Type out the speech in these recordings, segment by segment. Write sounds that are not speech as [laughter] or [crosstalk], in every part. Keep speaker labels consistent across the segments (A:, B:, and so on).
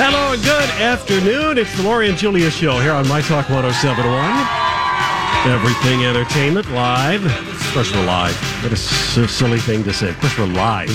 A: Hello and good afternoon. It's the Lori and Julia show here on My Talk 1071. Everything Entertainment Live. Of course, we're live. What a s- silly thing to say. Of course, we're live.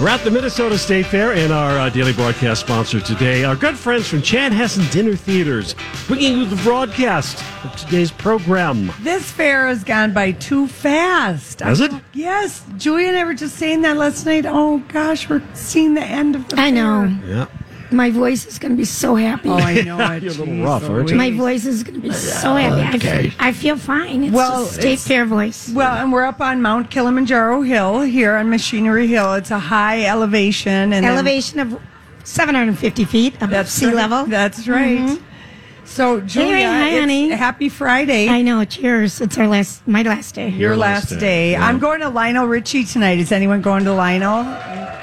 A: We're at the Minnesota State Fair, and our uh, daily broadcast sponsor today, our good friends from Chan Hessen Dinner Theaters, bringing you the broadcast of today's program.
B: This fair has gone by too fast.
A: Has it?
B: Yes, Julia and I were just saying that last night. Oh gosh, we're seeing the end of the.
C: I know.
A: [laughs] Yeah.
C: My voice is going to be so happy.
B: fair. Oh, I know it.
A: You're a little
B: Jeez
A: rough, aren't you?
C: My
B: Louise.
C: voice is going to be so happy. I, f- I feel fine. It's
B: Well,
C: a state fair voice.
B: Well, and we're up on Mount Kilimanjaro Hill here on Machinery Hill. It's a high elevation and then-
C: Elevation of 750 feet above
B: That's
C: sea
B: right.
C: level. Mm-hmm.
B: That's right. So, Julia,
C: hi,
B: it's
C: honey.
B: happy Friday.
C: I know. Cheers. It's our last, my last day.
B: your last day. I'm going to Lionel Richie tonight. Is anyone going to Lionel?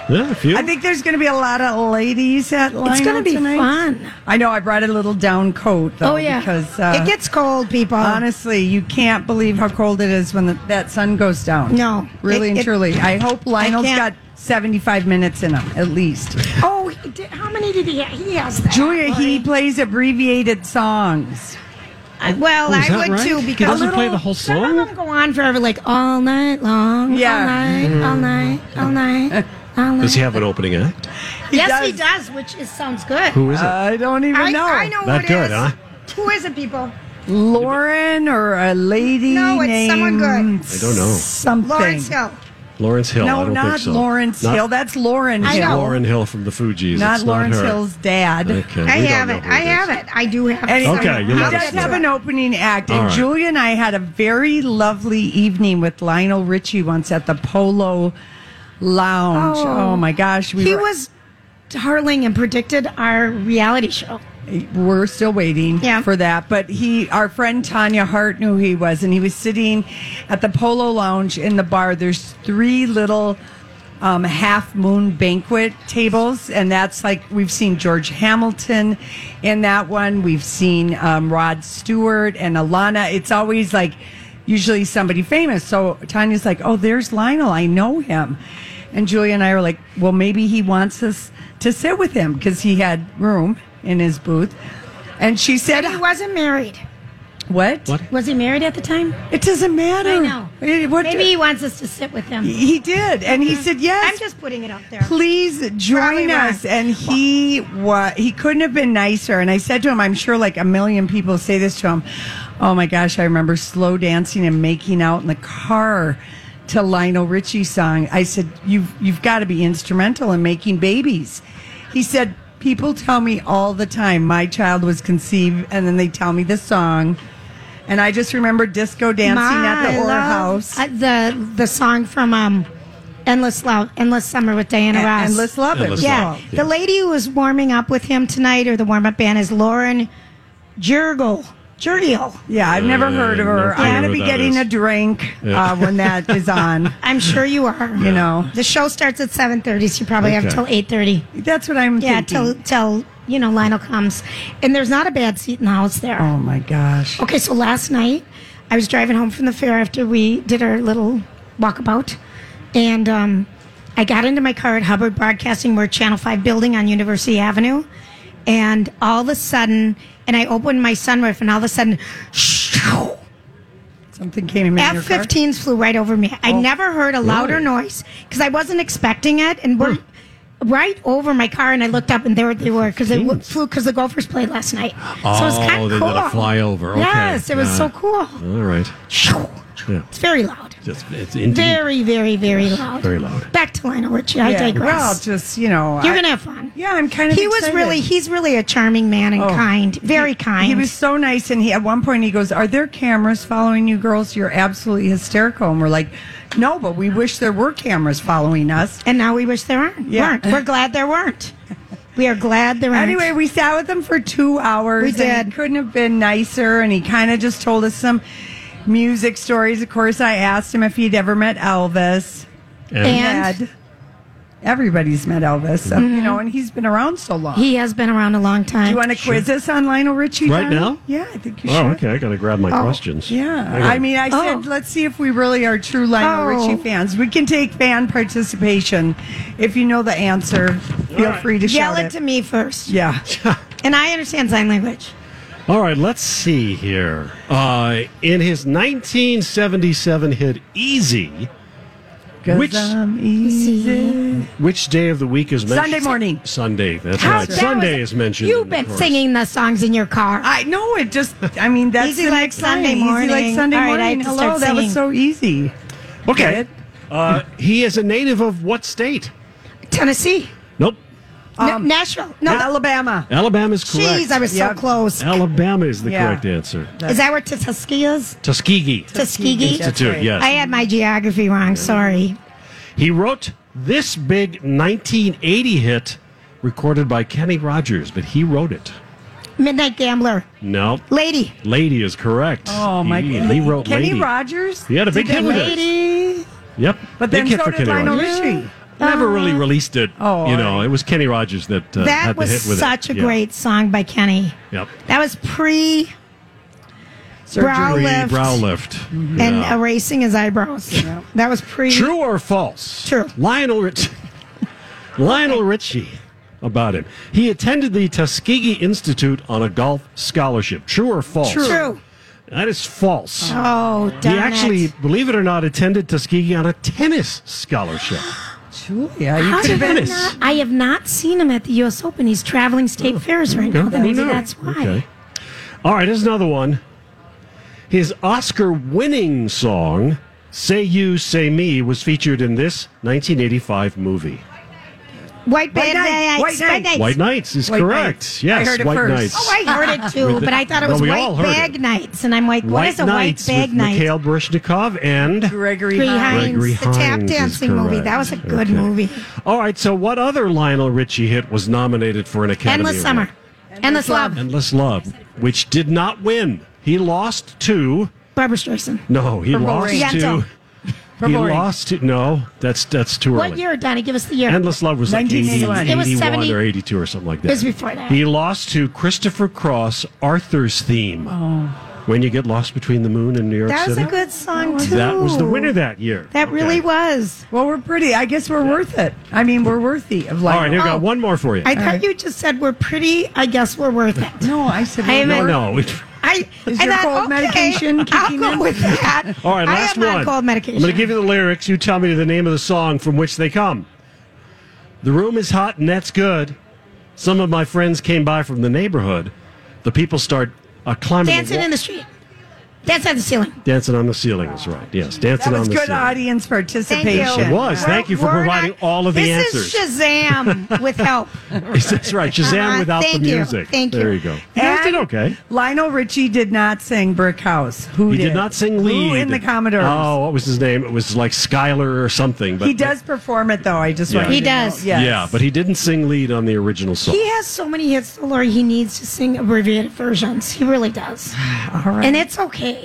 A: Yeah, a few.
B: I think there's going to be a lot of ladies at Lionel
C: it's going to be
B: tonight.
C: fun.
B: I know. I brought a little down coat though.
C: oh yeah.
B: because uh,
C: it gets cold, people.
B: honestly, you can't believe how cold it is when the, that sun goes down.
C: No.
B: really
C: It-
B: and
C: it-
B: truly. I hope Lionel's
C: can't-
B: got seventy-five minutes in him at least.
C: Oh, he did, how many did he? He has. That,
B: Julia, he
C: Lori.
B: plays abbreviated songs.
C: I- Uh, well,
A: Oh, is
C: I
A: that
C: would
A: right?
C: too
A: He
C: because
A: doesn't play the whole
C: Some
A: song?
C: of them go on forever, like all night long.
B: Yeah.
C: All night. All night. All night. All night.
A: [laughs] Does he have an opening act?
C: yes,
B: does.
C: he does, which is, sounds good.
A: Who is it?
B: I don't even
C: I,
B: know.
C: I know
A: That
C: who it
A: good,
C: is.
A: huh?
C: Who is it, people?
B: Lauren or a lady.
C: No, it's someone good.
B: named
A: I don't know.
B: Something.
C: Lawrence Hill.
A: Lawrence Hill. I
B: No,
A: don't
B: not
A: think so.
B: Lawrence
A: Not-
B: Hill. That's Lauren
C: I
A: It's
C: know.
B: Hill.
A: Lauren Hill from the Fugees.
B: Not
A: It's
B: Lawrence
A: her.
B: Hill's dad.
A: Okay,
C: I
A: we don't
C: have
A: know
C: it.
A: who
C: I
A: is.
C: have it. I do have it.
B: And
A: Okay,
C: somewhere.
A: you
B: he
A: let us
B: does
A: know.
B: have an opening act,
A: All
B: and
A: right.
B: Julie and I had a very lovely evening with Lionel Richie once at the Polo Lounge. Oh, my gosh, we
C: he
B: were,
C: was darling and predicted our reality show.
B: we're still waiting
C: Yeah.
B: for that. But he, our friend Tanya Hart knew who he was, and he was sitting at the Polo Lounge in the bar. There's three little um, half moon banquet tables, and that's like we've seen George Hamilton in that one. We've seen um, Rod Stewart and Alana. It's always like usually somebody famous. So Tanya's like, "Oh, there's Lionel. I know him." And Julia and I are like, "Well, maybe he wants us to sit with him because he had room in his booth." And she said,
C: He wasn't married.
B: "What?
A: What?
C: Was he married at the time?
B: It doesn't matter.
C: I know.
B: It- what-
C: Maybe he wants us to sit with him.
B: he did." And he said, "Yes."
C: I'm just putting it out there.
B: please
C: Probably
B: join
C: not.
B: us and he was he couldn't have been nicer and i said to him i'm sure like a million people say this to him oh my gosh i remember slow dancing and making out in the car to lionel richie's song i said you've you've got to be instrumental in making babies he said people tell me all the time my child was conceived and then they tell me the song and i just remember disco dancing at
C: My
B: the Orr
C: love.
B: house
C: Uh, the the song from um, Endless Love, Endless Summer with Diana Ross.
B: and let's love it
A: E-, Endless
B: was
C: Yeah.
B: called.
C: The lady who was warming up with him tonight, or the warm up band, is Lauren Jurgel. Jurgel.
B: Yeah, I've never heard of her.
A: never
B: I'm
A: heard
B: going to
A: of
B: be
A: that
B: getting
A: is.
B: a drink
A: Yeah.
B: uh, when that
A: [laughs]
B: is on.
C: I'm sure you are.
B: You know,
C: The show starts at 7:30, so you probably have
A: Okay.
C: till 8:30.
B: that's what I'm
C: Yeah, till
B: thinking.
C: till you know Lionel comes, and there's not a bad seat in the house there.
B: oh my gosh.
C: Okay, so last night I was driving home from the fair after we did our little walkabout, and um, I got into my car at Hubbard Broadcasting, we're Channel 5 building on University Avenue, and all of a sudden, and I opened my sunroof, and all of a sudden,
B: Something came in your
C: F
B: car.
A: Oh, Hmm.
C: 15s flew right over me. I never heard a louder noise because I wasn't expecting it. And we're, right over my car, and I looked up, and there they were because they w- flew because the Gophers played last night. so it was kind
A: Oh,
C: of
A: they did
C: cool.
A: a flyover. Okay.
C: Yes, it was
A: Yeah.
C: so cool.
A: All right.
C: Shoo.
A: Yeah.
C: It's very loud.
A: Just, it's indeed.
C: Very, very, very loud.
A: very loud.
C: Back to Lionel Richie. I
B: Yeah,
C: digress.
B: well, just you know,
C: You're
B: I-
C: gonna have fun.
B: Yeah, I'm kind of.
C: He was
B: excited. Oh.
C: really, he's really a charming man and kind, very kind.
B: He was so nice, and he at one point he goes, "Are there cameras following you, girls? You're absolutely hysterical." And we're like, "No, but we wish there were cameras following us."
C: and now we wish there aren't.
B: Yeah.
C: weren't. We're glad
B: [laughs]
C: there weren't. We are glad there aren't.
B: Anyway, we sat with him for two hours.
C: We
B: And he
C: did.
B: couldn't have been nicer, and he kind of just told us some music stories. Of course, I asked him if he'd ever met Elvis.
A: And,
C: And-
B: Had- Everybody's met Elvis, so, you know, and he's been around so long.
C: he has been around a long time.
B: you want to quiz us on Lionel Richie
A: Right
B: Johnny?
A: now?
B: Yeah, I think you should.
A: oh, okay. I got to grab my questions.
B: Yeah,
A: gotta-
B: I mean, I
C: Oh.
B: said, let's see if we really are true Lionel
C: Oh.
B: Richie fans. We can take fan participation. If you know the answer, feel
A: right.
B: free to
C: Yell
B: shout
C: it
B: it.
C: to me
A: [laughs]
C: first.
B: Yeah,
C: And I understand sign language.
A: All right, let's see here. Uh, in his 1977 hit Easy,
B: 'Cause
A: Which-
B: I'm easy.
A: which day of the week is mentioned?
B: Sunday morning.
A: Sunday, that's
C: How
A: right.
C: that
A: Sunday
C: was-
A: is mentioned.
C: You've
A: in the
C: been
A: chorus.
C: singing the songs in your car.
B: I know it. Just, I mean, that's
C: Easy
B: the
C: like
B: next
C: Sunday
B: line. Easy like
C: morning.
B: Sunday
C: All right, I
B: morning.
C: have to
B: Hello,
C: start
B: that was
C: singing.
B: so easy.
A: Okay.
B: Get it?
A: Uh, he is a native of what state?
C: Tennessee,
A: Nope.
C: Na-
B: Um,
C: Nashville. No,
B: Alabama.
A: Alabama is correct.
C: jeez, I was
B: Yep.
C: so close.
A: Alabama is the
B: Yeah.
A: correct answer.
C: Is that where Tuskegee's?
A: Tuskegee.
C: Tuskegee.
B: That's
A: Institute,
B: right.
A: yes.
C: I had my geography wrong. Sorry.
A: He wrote this big 1980 hit recorded by Kenny Rogers, but he wrote it.
C: Midnight Gambler,
A: No.
C: Lady.
A: Lady is correct.
B: Oh my
A: he,
B: God!
A: He wrote
B: Kenny
A: Lady.
B: Rogers.
A: He had a big
B: Did
A: hit
B: that
A: with it.
B: Lady.
A: Yep.
B: But
A: Big
B: then
A: hit
B: so
A: for
B: did
A: Kenny
B: Lionel
A: Rogers.
B: Richie.
A: Never really released it.
B: Oh,
A: you
B: all
A: know,
B: right.
A: it was Kenny Rogers that uh, had
C: That
A: the
C: was
A: hit with
C: such
A: it.
C: a
A: Yeah.
C: great song by Kenny.
A: Yep.
C: That was pre brow
A: Three
C: lift
A: brow lift. Mm-hmm.
C: and
A: Yeah.
C: erasing his eyebrows. That was pre.
A: True or false?
C: True.
A: Lionel Richie. [laughs] Lionel Richie. About him. He attended the Tuskegee Institute on a golf scholarship. True or false?
C: True.
A: That is false.
C: Oh,
A: he
C: darn
A: actually,
C: it.
A: believe it or not, attended Tuskegee on a tennis scholarship.
B: Julia, you
C: How
B: could
C: did
B: have
C: I,
B: been.
A: Tennis.
C: not, I have not seen him at the U.S. Open. He's traveling state fairs right now.
A: Yeah,
C: though.
A: Oh, who knew?
C: That's why.
A: Okay. All right, here's another one. His Oscar winning song, Say You, Say Me, was featured in this 1985 movie.
C: White, White
B: Knight, White
C: White,
B: Knight.
C: Knights.
A: White Nights is
B: White
A: correct.
B: Nights.
A: Yes,
B: I heard it
A: White
B: first.
A: Nights.
C: Oh, I heard it
A: [laughs]
C: too,
A: With the-
C: but I thought it
A: No,
C: was
A: we all
C: White
A: heard
C: Bag
A: it.
C: Nights. And I'm like, what
A: White
C: is a
A: Nights
C: White Bag
A: with
C: Night?
A: Mikhail Baryshnikov and.
B: Gregory
C: Three
B: Hines.
C: Hines,
A: Gregory
C: the tap
A: Hines is
C: dancing movie.
A: correct.
C: That was a good
A: Okay.
C: movie.
A: All right, so what other Lionel Richie hit was nominated for an Academy
C: Endless
A: Award?
C: Summer. Endless Love.
A: Endless Love, which did not win. He lost to.
C: Barbara Streisand.
A: No, he lost
C: Boring.
A: to.
C: Yentl.
A: He
B: Boring.
A: lost to. No, that's that's too early.
C: What year, Donnie? Give us the year.
A: Endless Love was like
B: 1981.
A: 80,
C: It was
A: 81
C: 70
A: or 82 or something like that.
C: It was before that.
A: He lost to Christopher Cross, Arthur's Theme. Oh. When you get lost between the moon and New York
C: That was
A: City.
C: a good song, too.
A: That was the winner that year.
C: That
A: Okay.
C: really was.
B: Well, we're pretty. I guess we're worth it. I mean, we're worthy of
A: All
B: life.
A: right, here we
C: Oh.
A: got one more for you.
C: I thought you just said we're pretty. I guess we're worth
A: [laughs]
C: it.
B: No, I said
C: I
B: we're
C: haven't-
A: no,
B: worth-
A: no.
C: I,
B: Is
C: I
B: your
C: thought,
B: cold
C: okay,
B: medication
C: I'll
B: kicking
C: go
B: in?
C: with that.
A: [laughs] [laughs] All right, last
C: I am
A: one.
C: on cold medication.
A: I'm going to give you the lyrics. You tell me the name of the song from which they come. The room is hot and that's good. Some of my friends came by from the neighborhood. The people start uh, climbing
C: dancing
A: the
C: in the street. Dance on the ceiling.
A: Dancing on the ceiling is right. Yes, dancing
B: That was
A: on the
B: good
A: ceiling.
B: audience participation.
A: It was. Thank you for
C: We're
A: providing
C: not-
A: all of the
C: this
A: answers.
C: is Shazam
A: [laughs]
C: with help.
A: That's right. Shazam
C: Uh-huh.
A: without
C: Thank
A: the
C: you.
A: music.
C: Thank you.
A: There you go. You guys did
B: And
A: okay.
B: Lionel Richie did not sing Brick House. Who
A: He
B: did?
A: did not sing lead.
B: Who in the Commodores?
A: Oh, what was his name? It was like Skylar or something. But
B: he does perform it though. I just
A: Yeah.
B: want
A: He
B: you to know.
C: does.
B: Yes.
A: Yeah, but he didn't sing lead on the original song.
C: He has so many hits, though, Lori. He needs to sing abbreviated versions. He
A: [sighs]
C: really does,
B: All right.
C: and it's okay.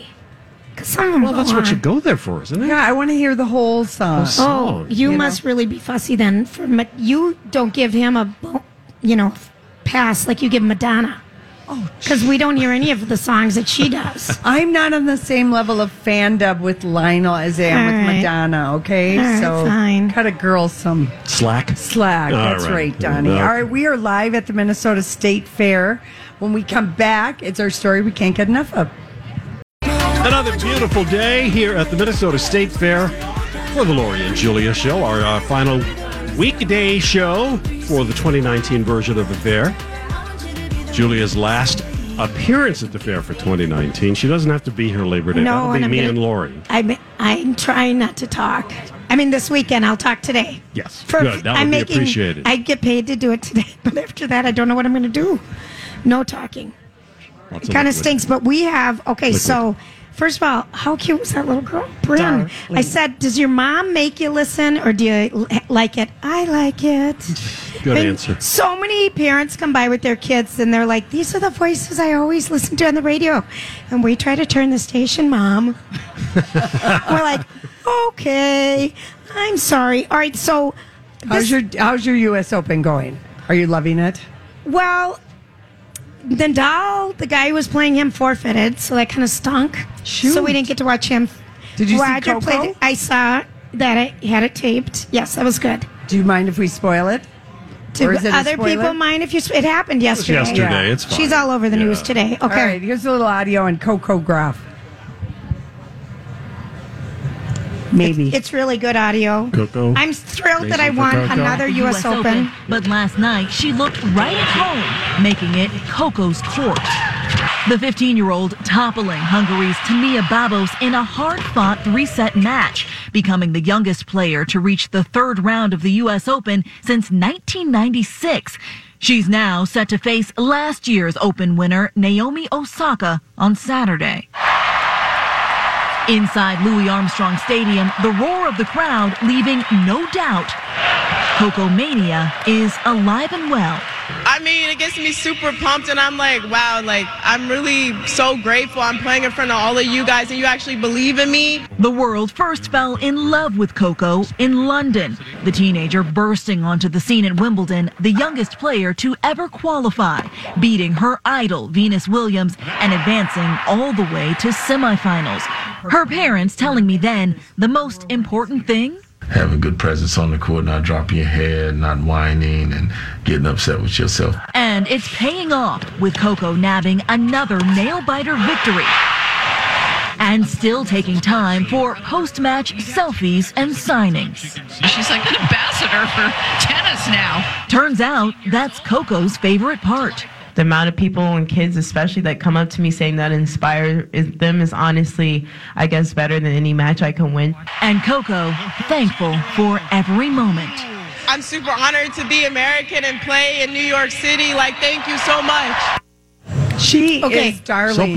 C: Cause some of them
A: well,
C: go
A: that's
C: on.
A: what you go there for, isn't it?
B: yeah, I want to hear the whole song.
A: Oh,
C: Oh, you, must really be fussy then. For Ma- you don't give him a, bo- you know, pass like you give Madonna. Oh, because we don't hear any of the songs that
A: [laughs]
C: she does.
B: I'm not on the same level of fandom with Lionel as I am
C: All
B: with
C: right.
B: Madonna. Okay,
C: All right,
B: so
C: fine.
B: cut a girl some
A: Slack.
B: slack.
A: All
B: That's
A: right.
B: right, Donnie.
A: Okay.
B: All right, we are live at the Minnesota State Fair. When we come back, it's our story we can't get enough of.
A: Another beautiful day here at the Minnesota State Fair for the Lori and Julia Show, our uh, final weekday show for the 2019 version of the fair. Julia's last appearance at the fair for 2019. She doesn't have to be here Labor Day. That'll be
C: I'm
A: me
C: gonna-
A: and Lori.
C: I'm I'm trying not to talk. I mean, this weekend I'll talk today.
A: Yes, good. That would
C: I'm
A: be
C: making,
A: appreciated.
C: I get paid to do it today, [laughs] but after that, I don't know what I'm going to do. No talking.
A: Lots
C: It kind of
A: liquid.
C: stinks, but we have okay. So, first of all, how cute was that little girl, Bryn? I said, "Does your mom make you listen, or do you l- like it?" I like it.
A: Good
C: And
A: answer.
C: So many parents come by with their kids, and they're like, "These are the voices I always listen to on the radio," and we try to turn the station, mom. [laughs] We're like, "Okay, I'm sorry." All right, so
B: How's your How's your U.S. Open going? Are you loving it?
C: well. Nadal, the guy who was playing him, forfeited, so that kind of stunk. So
B: Shoot.
C: we didn't get to watch him.
B: Did you see
C: Roger
B: Coco?
C: played. I saw that I had it taped. Yes, that was good.
B: Do you mind if we spoil it?
C: Do
B: Or is it a
C: other
B: spoiler?
C: people mind if you? sp- It happened yesterday.
A: yesterday, it's fine.
C: She's all over the
A: Yeah.
C: news today. Okay.
B: All right. Here's a little audio on Coco Graf. Maybe.
C: It's really good audio.
A: Coco.
C: I'm thrilled that I
A: Thank you,
C: won
A: Coco.
C: another U.S. Open.
D: But last night, she looked right at home, making it Coco's court. The 15 year old toppling Hungary's Tamia Babos in a hard fought three set match, becoming the youngest player to reach the third round of the U.S. Open since 1996. She's now set to face last year's Open winner, Naomi Osaka, on Saturday. Inside Louis Armstrong Stadium, the roar of the crowd leaving no doubt Coco Mania is alive and well.
E: I mean, it gets me super pumped, and I'm like, wow, like, I'm really so grateful. I'm playing in front of all of you guys, and you actually believe in me.
D: The world first fell in love with Coco in London. The teenager bursting onto the scene at Wimbledon, the youngest player to ever qualify, beating her idol Venus Williams and advancing all the way to semifinals. Her parents telling me then the most important thing
F: have a good presence on the court, not dropping your head, not whining and getting upset with yourself.
D: And it's paying off with Coco nabbing another nail biter victory. And still taking time for post match selfies and signings.
G: She's like an ambassador for tennis now.
D: Turns out that's Coco's favorite part.
H: the amount of people and kids especially that come up to me saying that inspire is- them is honestly i guess better than any match i can win
D: And Coco, thankful for every moment.
E: I'm super honored to be American and play in New York City. Like, thank you so much.
B: she
C: Okay.
B: is darling.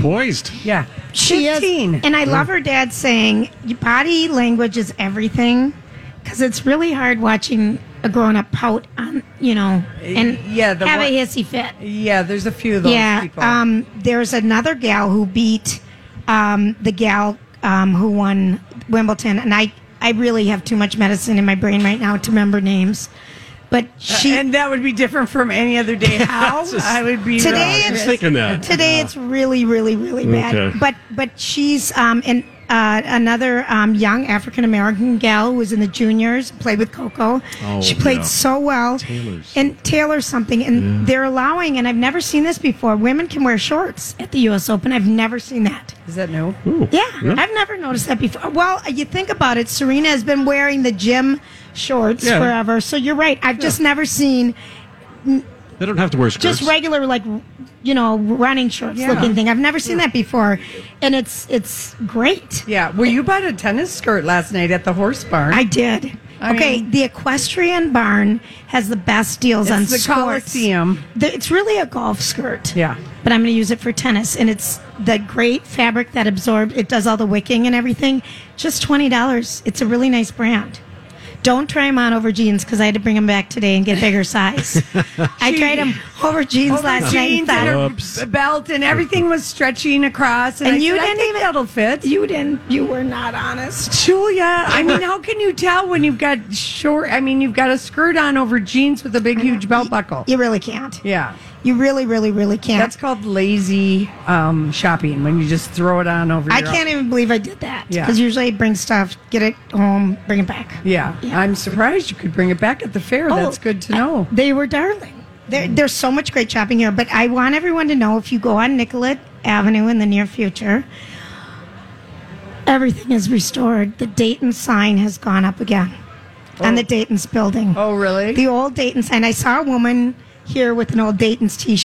A: So poised.
B: yeah.
C: She is,
B: 15.
C: and I love her dad saying body language is everything, because it's really hard watching a grown-up pout on, you know, and
B: Yeah, the
C: have
B: one-
C: a hissy fit.
B: yeah. There's a few of those
C: yeah,
B: people.
C: Um, there's another gal who beat um, the gal um, who won Wimbledon, and I, I really have too much medicine in my brain right now to remember names. But she
B: Uh, and that would be different from any other day.
C: [laughs]
B: How I would be
C: today
B: wrong.
C: it's
A: Thinking that.
C: today it's really really really bad.
A: Okay.
C: But but she's um, an, uh, another um, young African American gal who was in the juniors, played with Coco.
A: Oh,
C: she played
A: yeah.
C: so well.
A: Taylor's.
C: And Taylor something, and they're allowing, and I've never seen this before. Women can wear shorts at the U.S. Open. I've never seen that.
B: Is that new?
A: Ooh,
C: Yeah, I've never noticed that before. Well, you think about it, Serena has been wearing the gym shorts
A: Yeah.
C: forever. So you're right. I've just never seen
A: They don't have to wear skirts.
C: just regular like you know running shorts looking thing. I've never seen that before, and it's it's great.
B: Yeah. Well, you bought a tennis skirt last night at the horse barn.
C: I did.
B: I
C: okay,
B: mean-
C: the equestrian barn has the best deals
B: It's
C: on
B: the
C: skirts.
B: Coliseum.
C: The- it's really a golf skirt.
B: Yeah.
C: but I'm going to use it for tennis, and it's the great fabric that absorbs. It does all the wicking and everything. Just twenty dollars. It's a really nice brand. Don't try them on over jeans because I had to bring them back today and get
B: [laughs]
C: bigger size. I tried them over jeans
B: Over
C: last
B: jeans
C: night. and thought,
B: and her
A: Oops.
B: b- belt and everything was stretching across. And,
C: And
B: I
C: you
B: said, I
C: didn't
B: think
C: even-
B: that'll fit.
C: You didn't. You were not honest.
B: Julia, I
C: [laughs]
B: mean, how can you tell when you've got short? I mean, you've got a skirt on over jeans with a big, huge belt buckle.
C: You really can't.
B: Yeah.
C: You really, really, really can't.
B: That's called lazy um, shopping when you just throw it on over.
C: I
B: your-
C: can't even believe I did that.
B: Yeah.
C: Because usually I bring stuff, get it home, bring it back.
B: Yeah. I'm surprised you could bring it back at the
C: Oh.
B: fair. That's good to know. Mm.
C: They were darling. There, there's so much great shopping here, but I want everyone to know if you go on Nicollet Avenue in the near future, everything is restored. The Dayton sign has gone up again. on the Dayton's building.
B: Oh, really?
C: The old Dayton's. And I saw a woman here with an old Dayton's t shirt.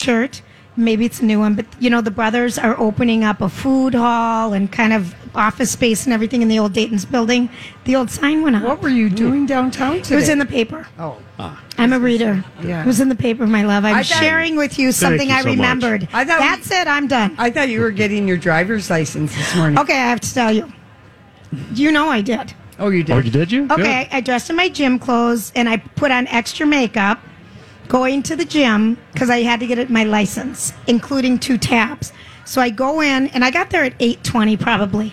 C: shirt. Maybe it's a new one, but you know, the brothers are opening up a food hall and kind of office space and everything in the old Dayton's building. The old sign went up.
B: What were you doing downtown today?
C: Mm. It was in the paper.
B: Oh.
A: Ah.
C: I'm a reader.
B: Yeah.
C: It was in the paper, my love. I'm
B: I thought-
C: sharing with you something
A: you
C: I
A: so much.
C: remembered.
B: I thought we-
C: That's it. I'm done.
B: I thought you were getting your driver's license this morning.
C: Okay, I have to tell you. You know I did.
B: Oh, you did.
A: Oh, you did you? Good.
C: Okay, I dressed in my gym clothes and I put on extra makeup going to the gym because I had to get it my license, including two tabs. So I go in and I got there at 8:20 probably.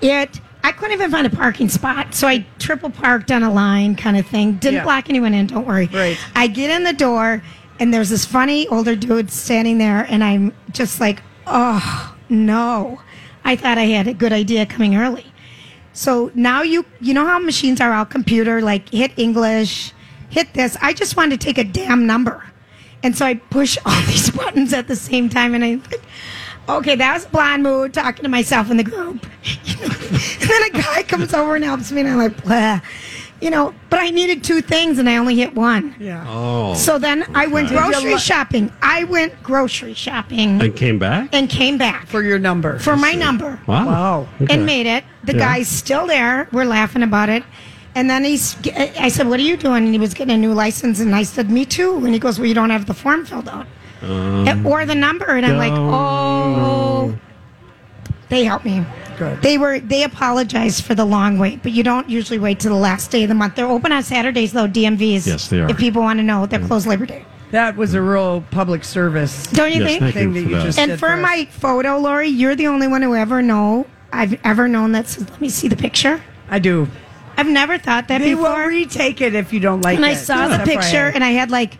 C: It I couldn't even find a parking spot, so I triple parked on a line kind of thing. Didn't
B: Yeah.
C: block anyone in, don't worry.
B: Right.
C: I get in the door and there's this funny older dude standing there and I'm just like, "Oh, no. I thought I had a good idea coming early." So now you you know how machines are all computer like hit English, hit this. I just wanted to take a damn number, and so I push [laughs] all these buttons at the same time, and I. like, Okay, that was blonde mood talking to myself in the group. [laughs] and then a guy comes over and helps me, and I'm like, Bleh. you know, but I needed two things and I only hit one.
B: Yeah.
A: Oh.
C: So then I went
A: okay.
C: grocery shopping. I went grocery shopping
A: And came back?
C: and came back
B: For your number.
C: for my number
A: Wow.
B: Wow.
A: Okay.
C: and made it. The
A: Yeah.
C: guy's still there. We're laughing about it. And then he's, I said, What are you doing? And he was getting a new license. And I said, Me too. And he goes, Well, you don't have the form filled out And- or the number. And I'm like,
A: Um, no.
C: Oh, they helped me.
B: Good.
C: They were they apologized for the long wait, but you don't usually wait till the last day of the month. They're open on Saturdays though, DMVs.
A: Yes, they are.
C: If people want to know, they're closed Labor Day.
B: That was a real public service
C: Don't you
A: Yes,
C: think?
A: thank
B: thing
A: you
B: that
A: for
B: you
A: that.
B: just
C: And
B: did
C: for
B: us.
C: my photo, Lori, you're the only one who ever know I've ever known that says, Let me see the picture.
B: I do.
C: I've never thought that
B: They will
C: before.
B: retake it if you don't like
C: and
B: it.
C: I saw the
B: That's
C: picture,
B: right.
C: and I had
A: [laughs]
C: like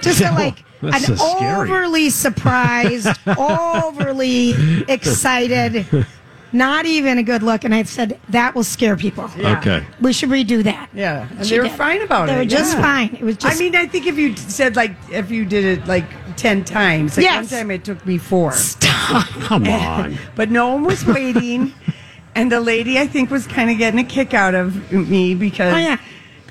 C: just a, like an
A: that's so scary. [laughs]
C: overly surprised, overly excited, not even a good look. And I said that will scare people.
A: Okay.
C: We should redo that.
B: yeah, and
C: She
B: they were
C: did.
B: fine about
C: They
B: it.
C: were just
B: yeah.
C: fine. It was just.
B: I mean, I think if you said like if you did it like ten times, like
C: Yes.
B: one time it took me four,
C: [laughs]
A: Come on.
B: but no one was waiting, and the lady I think was kind of getting a kick out of me because
C: Oh yeah.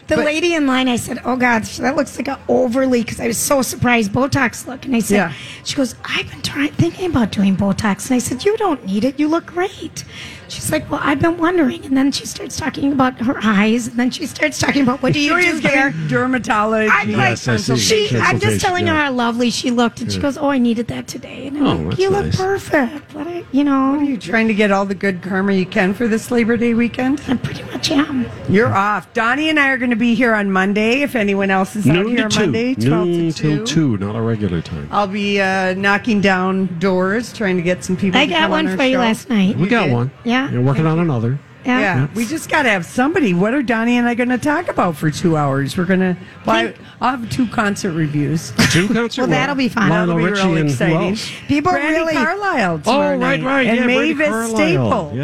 C: The
B: But-
C: lady in line, I said, "Oh God, that looks like an overly," because I was so surprised Botox look, and I said,
B: Yeah.
C: "She goes, I've been trying, thinking about doing Botox," and I said, "You don't need it. You look great." She's like, "Well, I've been wondering," and then she starts talking about her eyes, and then she starts talking about what do you do
B: Victoria's
C: there.
B: getting dermatology.
C: I'm
A: Yes, I
C: like,
A: see.
C: she. I'm
A: Consultation,
C: just telling
A: yeah.
C: her how lovely she looked, and she goes, "Oh, I needed that today," and I'm
A: Oh,
C: like,
A: that's
C: "You look
A: nice.
C: perfect," but I, you know,
B: Are you trying to get all the good karma you can for this Labor Day weekend?
C: I pretty much am.
B: You're off. Donnie and I are going to be here on Monday. If anyone else is out
A: Noon
B: here
A: to
B: on
A: two.
B: Monday, twelve
A: Noon
B: to two.
A: till two, not our regular time.
B: I'll be uh, knocking down doors, trying to get some people.
C: I
B: to
C: got
B: come on
C: one
B: our
C: for you
B: show.
C: last night.
A: we got one.
C: Yeah.
A: You're working on another.
B: Yeah, we just got to have somebody. What are Donnie and I going to talk about for two hours? We're going to. Well, I, I'll have two
A: [laughs]
B: concert reviews. [laughs]
A: Two concerts.
C: Well, that'll be fun.
A: Lionel
B: That'll be
A: Richie and
B: real
A: who
B: exciting.
A: else?
C: People
B: Brandy
C: really-
B: Carlisle.
A: Oh,
B: tomorrow
A: right,
B: night.
A: right.
B: And
A: Yeah, Brandy
B: Mavis
A: Carlisle.
B: Staples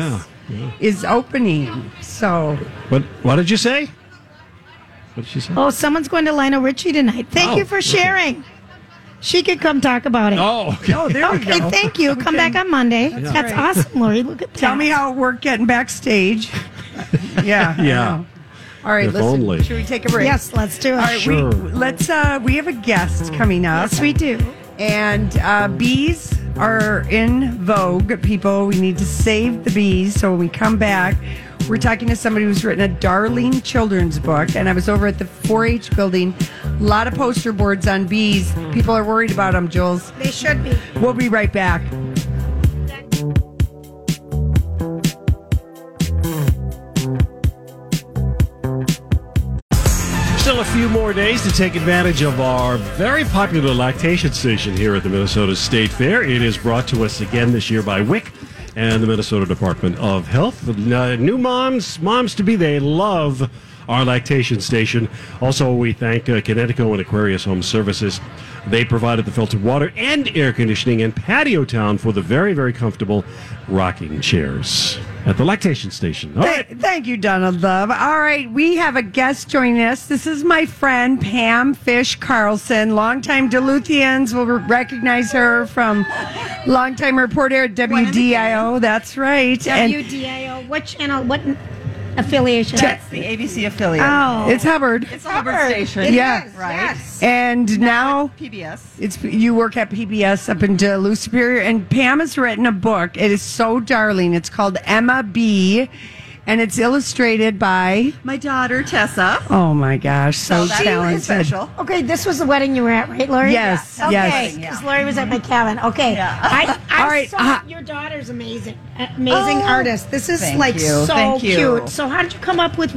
A: Yeah,
B: is opening. So
A: What? What did you say? What did she say?
C: Oh, someone's going to Lionel Richie tonight. Thank
A: Oh,
C: you for
A: okay.
C: sharing. She could come talk about it.
A: Oh, okay.
B: oh, there we
C: okay,
B: go.
C: thank you. Come back on Monday. That's,
B: right.
C: awesome, Lori. Look at
B: Tell
C: that.
B: me how it worked getting backstage. [laughs] yeah. I
A: Yeah.
B: know. All right.
A: If
B: listen.
A: only.
B: Should we take a break?
C: Yes, let's do it.
B: All right.
A: Sure.
B: We let's. Uh, we have a guest coming up.
C: Yes, we do.
B: And uh, bees are in vogue, people. We need to save the bees. So when we come back, we're talking to somebody who's written a darling children's book. And I was over at the 4 H building, a lot of poster boards on bees. People are worried about them, Jules.
C: They should be.
B: We'll be right back.
A: Still a few more days to take advantage of our very popular lactation station here at the Minnesota State Fair. It is brought to us again this year by WIC and the Minnesota Department of Health. Uh, new moms, moms to be, they love our lactation station. Also, we thank uh, Connecticut and Aquarius Home Services. They provided the filtered water and air conditioning and patio town for the very, very comfortable rocking chairs at the lactation station. All right.
D: Th- Thank you, Donald Love. All right, we have a guest joining us. This is my friend Pam Fish Carlson. Longtime Duluthians will re- recognize her from longtime reporter at WDIO. That's right. And-
C: WDIO. What channel? What affiliation?
D: That's
B: the ABC affiliate.
D: Oh. It's Hubbard.
B: It's a Hubbard, station.
D: It yeah. is,
B: right.
D: And now,
B: PBS.
D: It's you work at PBS up in Duluth Superior, and Pam has written a book. It is so darling. It's called Emma B, and it's illustrated by.
B: My daughter Tessa.
D: Oh my gosh, so
B: So that
D: talented!
B: is special.
C: Okay, this was the wedding you were at, right, Lori?
D: Yes,
C: Okay,
D: yes.
C: Because Lori was at my cabin. Okay. I,
B: [laughs]
C: I
D: All right,
C: saw
D: uh,
C: your daughter's amazing, uh, amazing
B: uh-huh. Oh,
C: artist. This is
B: thank
C: like
B: you,
C: so
B: thank you.
C: cute. So how did you come up with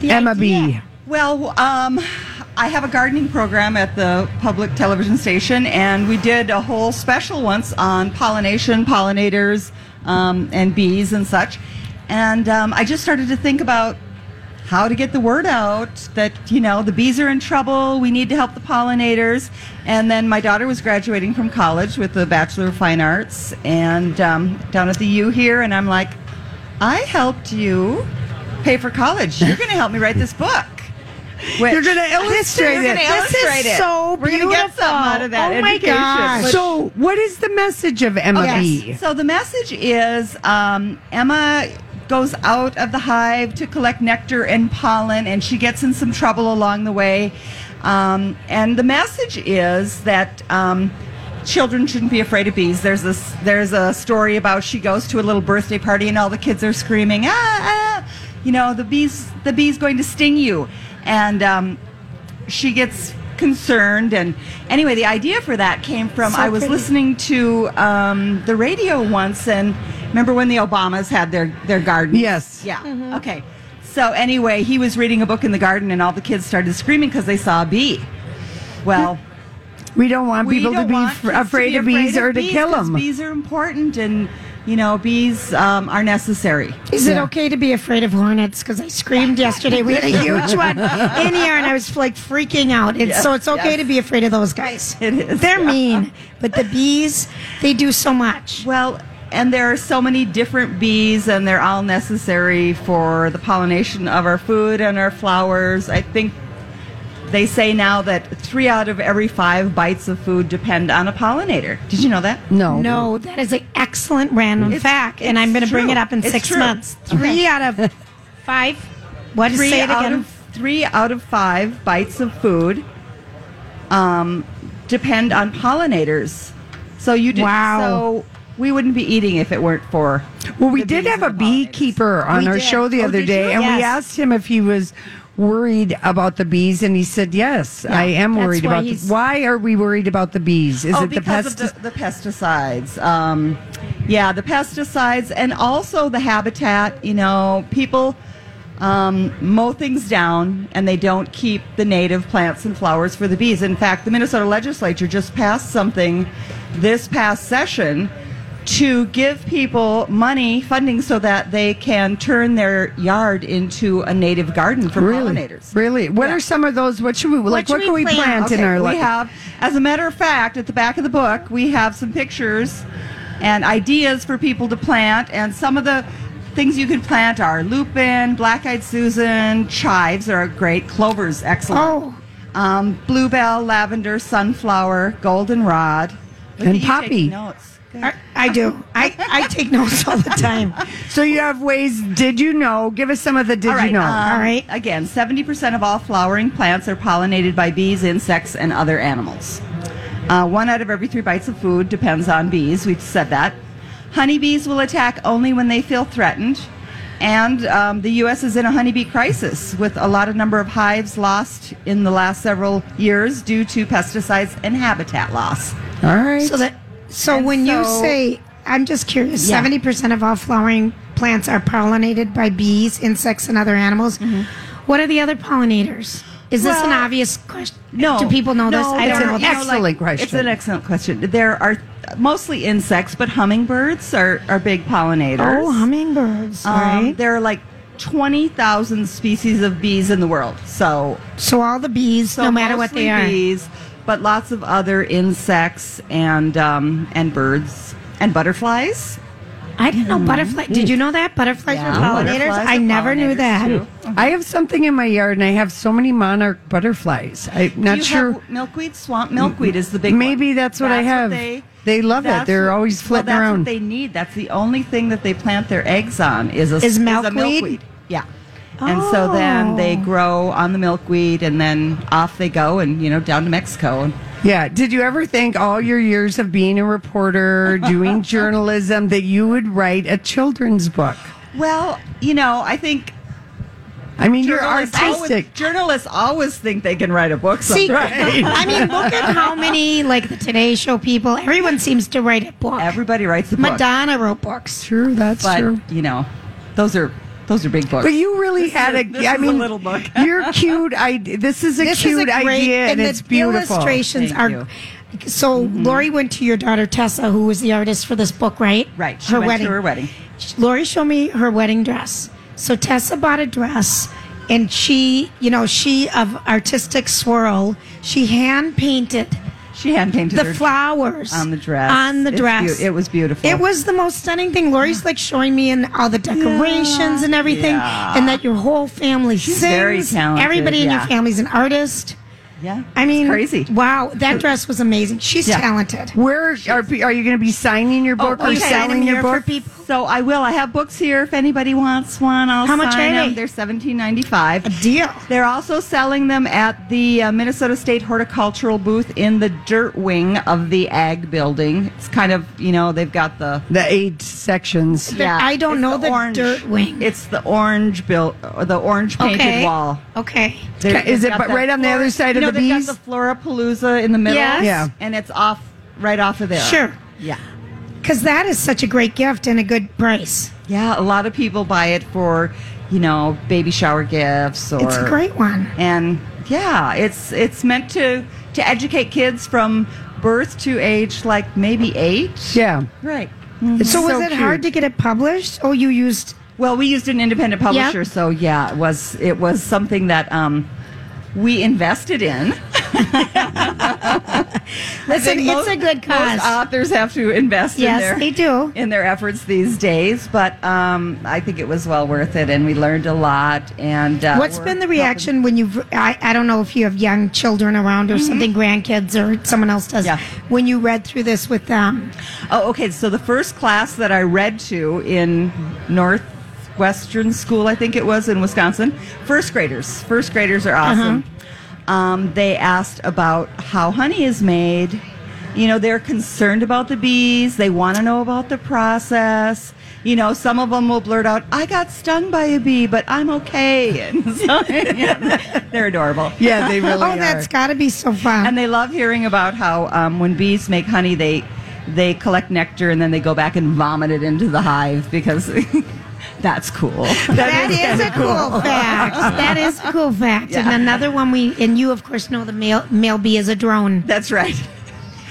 C: the
D: Emma B.
B: Well, um, I have a gardening program at the public television station, and we did a whole special once on pollination, pollinators, um, and bees and such. And um, I just started to think about how to get the word out that, you know, the bees are in trouble, we need to help the pollinators. And then my daughter was graduating from college with a Bachelor of Fine Arts and um, down at the U here, and I'm like, I helped you pay for college. You're going to help me write this book.
D: You're going to illustrate
B: You're gonna
D: it. This
B: illustrate
D: is
B: it.
D: so
B: We're
D: beautiful.
B: gonna get something out of that.
D: Oh my
B: education.
D: gosh!
B: But-
D: So, what is the message of Emma
B: Okay.
D: B?
B: So the message is um, Emma goes out of the hive to collect nectar and pollen, and she gets in some trouble along the way. Um, and the message is that. Um, Children shouldn't be afraid of bees. There's this. There's a story about she goes to a little birthday party and all the kids are screaming, ah, ah you know, the bees, the bees going to sting you, and um, she gets concerned and anyway the idea for that came from
C: So
B: i was
C: pretty.
B: listening to um, the radio once and remember when the obamas had their their garden
D: Yes. Mm-hmm.
B: yeah okay so anyway he was reading a book in the garden and all the kids started screaming because they saw a bee well
D: We don't want
B: we
D: people to
B: don't
D: be,
B: want
D: fr-
B: kids to
D: afraid
B: be
D: of bees or to
B: 'cause
D: kill them.
B: bees are important and you know bees um, are necessary
C: Is it okay to be afraid of hornets? Because I screamed yesterday.
D: [laughs]
C: We had a huge one in here, and I was like freaking out. It's,
B: Yes,
C: so it's okay
B: yes.
C: to be afraid of those
D: [laughs]
C: guys.
B: It is,
C: They're
B: yeah.
C: mean, but the bees, they do so much.
B: Well, and there are so many different bees, and they're all necessary for the pollination of our food and our flowers. I think they say now that three out of every five bites of food depend on a pollinator. Did you know that?
D: No.
C: No, that is an excellent random
B: It's-
C: fact, and I'm
B: it's
C: going to bring
B: true.
C: it up in
B: It's
C: six
B: true.
C: months. Three out of five. What?
B: Three
C: Say it
B: out
C: again.
B: of three out of five bites of food um, depend on pollinators. So you did,
C: Wow.
B: So we wouldn't be eating if it weren't for.
D: Well, we did have a beekeeper on
B: We
D: our
B: did.
D: show the
B: Oh,
D: other
B: did
D: day,
B: you?
D: and we
B: Yes.
D: asked him if he was worried about the bees, and he said, "Yes, I am
C: that's
D: worried
C: why
D: about." The,
C: he's-
D: why are we worried about the bees? Is
B: oh,
D: it the
B: because
D: pest?
B: of the, the pesticides. Um, yeah, the pesticides and also the habitat. You know, people um, mow things down and they don't keep the native plants and flowers for the bees. In fact, the Minnesota legislature just passed something this past session to give people money funding so that they can turn their yard into a native garden for
D: really,
B: pollinators.
D: really. What are some of those? What should we like? What,
C: should
D: can we
C: we
D: plant,
C: plant?
D: in
B: Okay,
D: our
B: We
D: life?
B: have, as a matter of fact, at the back of the book, we have some pictures and ideas for people to plant. And some of the things you can plant are lupin, black-eyed Susan, chives are great, clover's excellent.
C: Oh.
B: Um, bluebell, lavender, sunflower, goldenrod, Look
D: And
B: at you
D: poppy.
B: taking Notes.
C: I, I do. I, I take notes all the time.
D: so you have ways. Did you know? Give us some of the. Did
B: All right,
D: you know?
B: um,
C: All right.
B: Again, 70% of all flowering plants are pollinated by bees, insects, and other animals. Uh, one out of every three bites of food depends on bees. We've said that. Honeybees will attack only when they feel threatened. And um, the U.S. is in a honeybee crisis with a lot of number of hives lost in the last several years due to pesticides and habitat loss.
D: All right.
C: So that so
B: And
C: when you
B: so-
C: say I'm just curious,
B: Yeah.
C: seventy percent of all flowering plants are pollinated by bees, insects, and other animals. What are the other pollinators? Is this an
B: Mm-hmm. Well,
C: obvious question?
B: No.
C: Do people know
B: no,
C: this? I
B: there
C: don't
B: are-
C: know.
B: you know,
C: this.
B: like, It's an excellent question. There are mostly insects, but hummingbirds are, are big pollinators.
C: Oh, hummingbirds.
B: Um,
C: all right.
B: There are like 20,000 species of bees in the world. So,
C: so all the bees, no matter what they are.
B: Bees, but lots of other insects and um, and birds and butterflies.
C: I didn't know butterfly. Did you know that butterflies
B: Mm-hmm. Yeah.
C: were pollinators?
B: Butterflies
C: I
B: are
C: never knew
B: pollinators,
C: that.
B: too.
D: I have something in my yard, and I have so many monarch butterflies. I'm not
B: you
D: sure.
B: Have milkweed, swamp milkweed is the big.
D: Maybe
B: one.
D: that's what I have.
B: they,
D: They love it.
B: that's
D: They're
B: what-
D: always flitting
B: well, that's
D: around.
B: What they need. That's the only thing that they plant their eggs on is a
C: Is
B: a
C: milkweed?
B: Yeah. And so then they
C: Oh.
B: grow on the milkweed, and then off they go, and you know down to Mexico. And
D: Yeah. Did you ever think all your years of being a
C: [laughs]
D: reporter, doing journalism, that you would write a children's book?
B: well, you know, I think
D: I mean, you're
B: journalists
D: artistic.
B: Always, journalists always think they can write a book.
C: See,
B: sometime.
C: I mean, look at how many like the Today Show people. Everyone seems to write a book.
B: everybody writes the book.
C: Madonna wrote books.
D: True, that's
B: but
D: true.
B: you know, those are those are big books.
D: But you really had a.
B: this is
D: I
B: a
D: mean,
B: little book. [laughs]
D: you're cute. I. This is a
C: This is
D: cute
C: a great,
D: idea, and,
C: the
D: it's beautiful.
C: Illustrations
B: Thank
C: are.
B: you. Mm-hmm.
C: So Lori went to your daughter Tessa, who was the artist for this book, right?
B: Right, she went to her wedding.
C: Lori showed me her wedding dress. So Tessa bought a dress, and she, you know, she of artistic swirl, she hand painted
B: She hand painted
C: the
B: her-
C: flowers
B: on the dress.
C: On the
B: It's
C: dress,
B: beau- it was beautiful.
C: It was the most stunning thing. Lori's like showing me in all the decorations and everything,
B: Yeah.
C: and that your whole family
B: She's
C: sings.
B: very talented,
C: Everybody in your
B: yeah.
C: family's an artist.
B: Yeah,
C: I mean,
B: it's crazy.
C: Wow, that dress was amazing. She's
B: Yeah.
C: talented.
D: Where are pe- are you going to be signing
B: Oh,
D: your book or
C: okay.
D: selling your
C: Sign 'em here
D: book?
C: for people.
B: So I will. I have books here if anybody wants one. I'll
C: How much
B: sign
C: are
B: 'em.
C: they?
B: They're seventeen ninety five.
C: A deal.
B: They're also selling them at the uh, Minnesota State Horticultural booth in the dirt wing of the Ag Building. It's kind of you know they've got the
D: the eight sections.
C: Yeah. I don't
B: it's
C: know the,
B: orange
C: dirt wing.
B: It's the orange built, or the orange painted
C: okay.
B: wall.
C: Okay.
B: They've-
D: Okay, is
B: they've
D: it
B: got
D: bu- right on the other side of
B: you know,
D: the
B: They've got the Florapalooza in the middle.
C: Yes.
D: Yeah.
B: and it's off right off of there.
C: Sure.
B: Yeah.
C: Because that is such a great gift and a good price.
B: Yeah, a lot of people buy it for, you know, baby shower gifts or
C: It's a great one.
B: And yeah, it's it's meant to to educate kids from birth to age like maybe 8.
D: Yeah.
B: Right. Mm-hmm.
C: So, was
D: so
C: it
D: cute.
C: hard to get it published? Oh, you used
B: Well, we used an independent publisher, so yeah, it was it was something that um we invested
C: [laughs]
B: in.
C: Listen,
B: think
C: it's
B: most-
C: a good cause.
B: Most authors have to invest in
C: Yes,
B: their
C: they do.
B: in their efforts these days, but um, I think it was well worth it, and we learned a lot. And uh,
C: What's
B: we're
C: been the
B: helping-
C: reaction when you've, I, I don't know if you have young children around or something, grandkids or someone else does,
B: Yeah.
C: when you read through this with them?
B: Oh, okay. So the first class that I read to in Northwestern School, I think it was in Wisconsin, first graders. First graders are
D: Uh-huh.
B: awesome. Um, they asked about how honey is made. You know, they're concerned about the bees. They want to know about the process. You know, some of them will blurt out, "I got stung by a bee, but I'm okay." [laughs] And so, they're adorable.
D: Yeah,
B: [laughs]
D: they really
C: oh, that's got to be so fun.
B: And they love hearing about how um, when bees make honey, they they collect nectar and then they go back and vomit it into the hive because [laughs] that's cool. [laughs]
C: that is, a cool, fact. That is a cool fact.
B: Yeah.
C: And another one we, and you, of course, know the male, male bee is a drone.
B: That's right.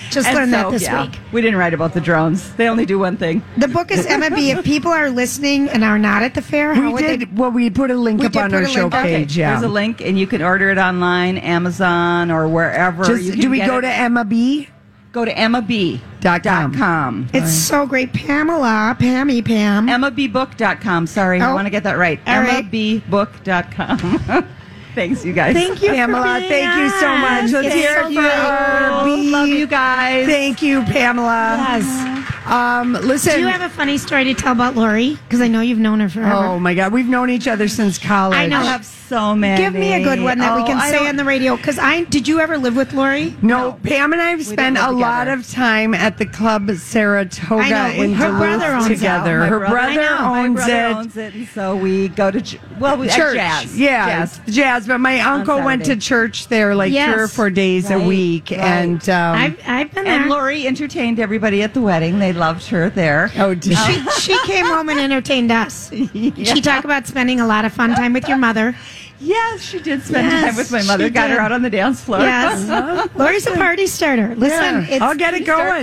C: Just
B: And
C: learned that
B: so,
C: this
B: yeah,
C: week.
B: We didn't write about the drones. They only do one thing.
C: The book is Emma B. If people are listening and are not at the fair, how
D: We
C: would
D: did.
C: they?
D: well, we put a link
C: We
D: up
C: did
D: on
C: put
D: our
C: a
D: show
C: link up.
D: page. yeah.
B: There's a link and you can order it online, Amazon or wherever. You
D: Just,
B: can
D: do we
B: get
D: go
B: it.
D: to Emma B?
B: go to emmab.com?
D: Dot com.
C: It's so great. Pamela, Pammy, Pam.
B: emmabbook.com. Sorry, I
C: Oh.
B: want to get that right.
C: All right.
B: emmabbook.com. [laughs] Thanks you guys.
C: Thank you,
B: [laughs]
C: for
D: Pamela,
C: being
D: thank you so
C: on.
D: much. Let's
C: It's
D: hear
C: so
D: you.
C: fun.
B: Love you guys.
D: Thank you, Pamela.
C: Yes.
D: Um, listen.
C: Do you have a funny story to tell about Lori? Because I know you've known her forever.
D: oh my God, we've known each other since college.
C: I
B: I
C: know.
B: have so many.
C: Give me a good one that we
B: Oh,
C: can
B: I
C: say
B: don't-
C: on the radio. Because I did you ever live with Lori?
D: No, Pam and I have spent a
B: live
D: lot
B: together.
D: of time at the club Saratoga
C: I know.
D: in
C: Her
D: Duluth
C: brother owns it.
D: together.
C: My
D: Her
C: brother- I
D: brother,
C: know.
B: My
D: owns,
B: brother
D: it.
B: owns it, and so we go to ch- well, we at
D: church.
B: jazz.
D: Yeah,
B: Jazz.
D: jazz. But my uncle went to
B: Saturday.
D: church there like
C: Yes.
D: three or four days a
B: Right,
D: week,
B: right.
D: and um,
C: I've I've been
B: And
C: there. [laughs]
B: Lori entertained everybody at the wedding. They loved her there. Um,
D: oh, did she?
C: she came home and entertained us. She talked about spending a lot of fun time with your mother.
I: Yes, she did spend time with my mother.
C: she
I: Got her
C: did.
I: out on the dance floor.
C: Yes. Lori's a party starter. Listen,
I: Yeah.
C: it's,
I: Starts the
C: You got
I: party.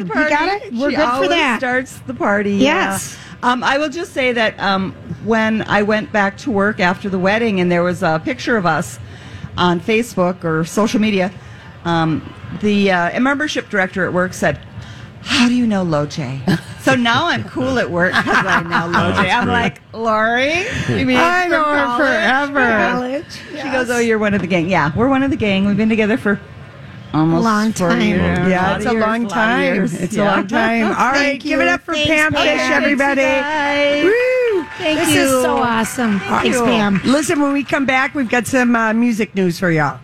C: it? We're
I: She
C: good for
I: always
C: that.
I: Starts the party.
C: Yes.
I: yeah. Um, I will just say that um, when I went back to work after the wedding, and there was a picture of us on Facebook or social media, um, the uh, membership director at work said, "How do you know
C: [laughs]
I: Loche?" so now I'm cool at work because I know
C: Oh,
I: Loche.
C: that's
I: I'm
C: great.
I: like, Lori, you mean
C: I
I: from
C: know her
I: college?"
C: forever. College,
I: She goes, "Oh, you're one of the gang." Yeah, we're one of the gang. We've been together for almost
C: Long
I: 40
C: time.
I: years.
C: Yeah,
B: it's a long
I: lot of
B: time.
I: years.
B: It's a
I: Yeah.
B: long [laughs]
C: [laughs]
B: time. All right,
C: Thank
B: give it
C: you.
B: up for
C: Thanks,
B: Pam
C: Pam.
B: Fish, everybody.
I: Thanks, you
B: Woo!
C: Thank This is you. so awesome.
B: Thank
C: Thanks,
B: you.
C: Pam.
B: Listen, when we come back, we've got some uh, music news for y'all.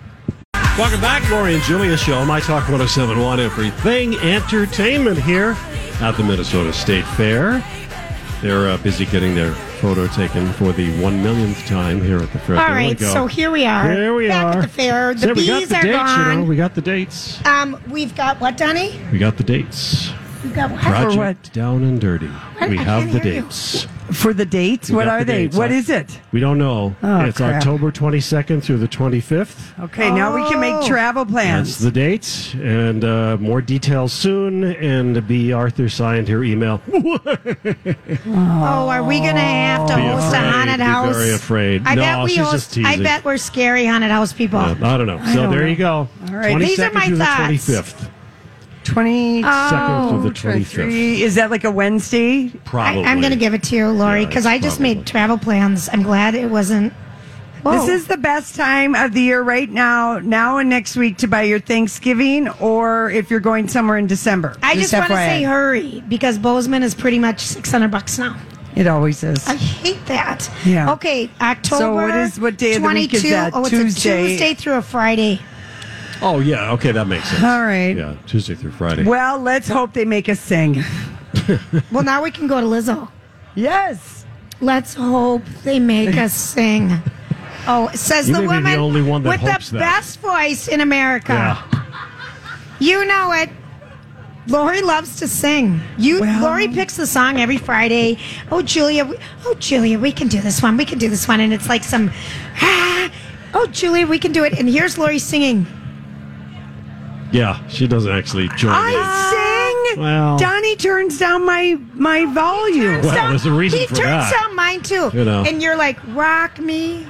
A: Welcome back, Lori and Julia Show, My Talk 1071 Everything Entertainment here at the Minnesota State Fair. They're uh, busy getting their photo taken for the one millionth time here at the fair.
C: All
A: There we
C: right,
A: go.
C: so here we are.
A: Here we
C: back
A: are.
C: at the fair. The
A: Say, we got
C: bees
A: the
C: are
A: dates, you
C: gone.
A: know. We got the dates.
C: Um, we've got what, Donnie?
A: We got the dates.
C: We've got what?
A: Project Down and Dirty.
C: What?
A: We
C: I
A: have
C: can't
A: the
C: hear you.
A: dates.
B: For the dates,
A: We
B: what
A: got
B: are
A: the
B: they?
A: dates.
B: What
A: I-
B: is it?
A: We don't know.
B: Oh,
A: it's
B: crap.
A: October 22nd through the 25th.
B: Okay, now we can
C: Oh.
B: make travel
A: That's
B: plans.
A: the date, and uh, more details soon. And B. Arthur signed her email.
C: Hmm. Oh, are we going to have to
A: Be
C: host a
A: afraid.
C: haunted
A: Be
C: house?
A: very afraid.
C: I
A: No,
C: bet we
A: she's just
C: host, I
A: teasing.
C: bet we're scary haunted house people.
A: Yeah, Uh, I don't know. So
C: don't
A: there
C: know.
A: you go.
C: All right, these are
A: 22nd
C: my
A: through
C: thoughts.
A: The 25th.
B: Twenty
C: Oh.
A: Second to the 25th.
B: three. Is that like a Wednesday?
A: Probably.
C: I, am going to give it to you, Lori,
A: Yeah,
C: because I just
A: probably.
C: made travel plans. I'm glad it wasn't. Whoa.
D: Oh.
B: This is the best time of the year right now, now and next week to buy your Thanksgiving or if you're going somewhere in December.
C: I just want to
B: FYI.
C: say hurry because Bozeman is pretty much 600 bucks now.
B: It always is.
C: I hate that.
B: Yeah.
C: Okay, October.
B: what is- what day of the week is
C: 22
B: that?
C: Oh, it's
B: Tuesday.
C: a Tuesday through a Friday.
A: Oh yeah. Okay, that makes sense.
B: All right.
A: Yeah, Tuesday through Friday.
B: Well, let's hope they make us sing.
C: Well, now we can go to Lizzo.
B: Yes.
C: Let's hope they make
B: [laughs]
C: us sing. Oh, says
A: You
C: the
A: may be the
C: woman
A: only one that
C: with
A: hopes
C: the
A: that.
C: best voice in America.
A: yeah.
C: You know it. Lori loves to sing. You,
B: Well-
C: Lori picks the song every Friday. Oh, Julia, we, oh Julia, we can do this one. We can do this one, and it's like some. Ah, oh, Julia, we can do it. And here's Lori singing.
A: Yeah. She doesn't actually join. in.
B: I sing.
A: Ah. Well.
B: Donnie turns down my my volume.
A: Well, there's a reason
C: he
A: for
C: turns
A: that.
C: down mine too.
A: You know.
C: And you're like,
A: [laughs]
C: rock me.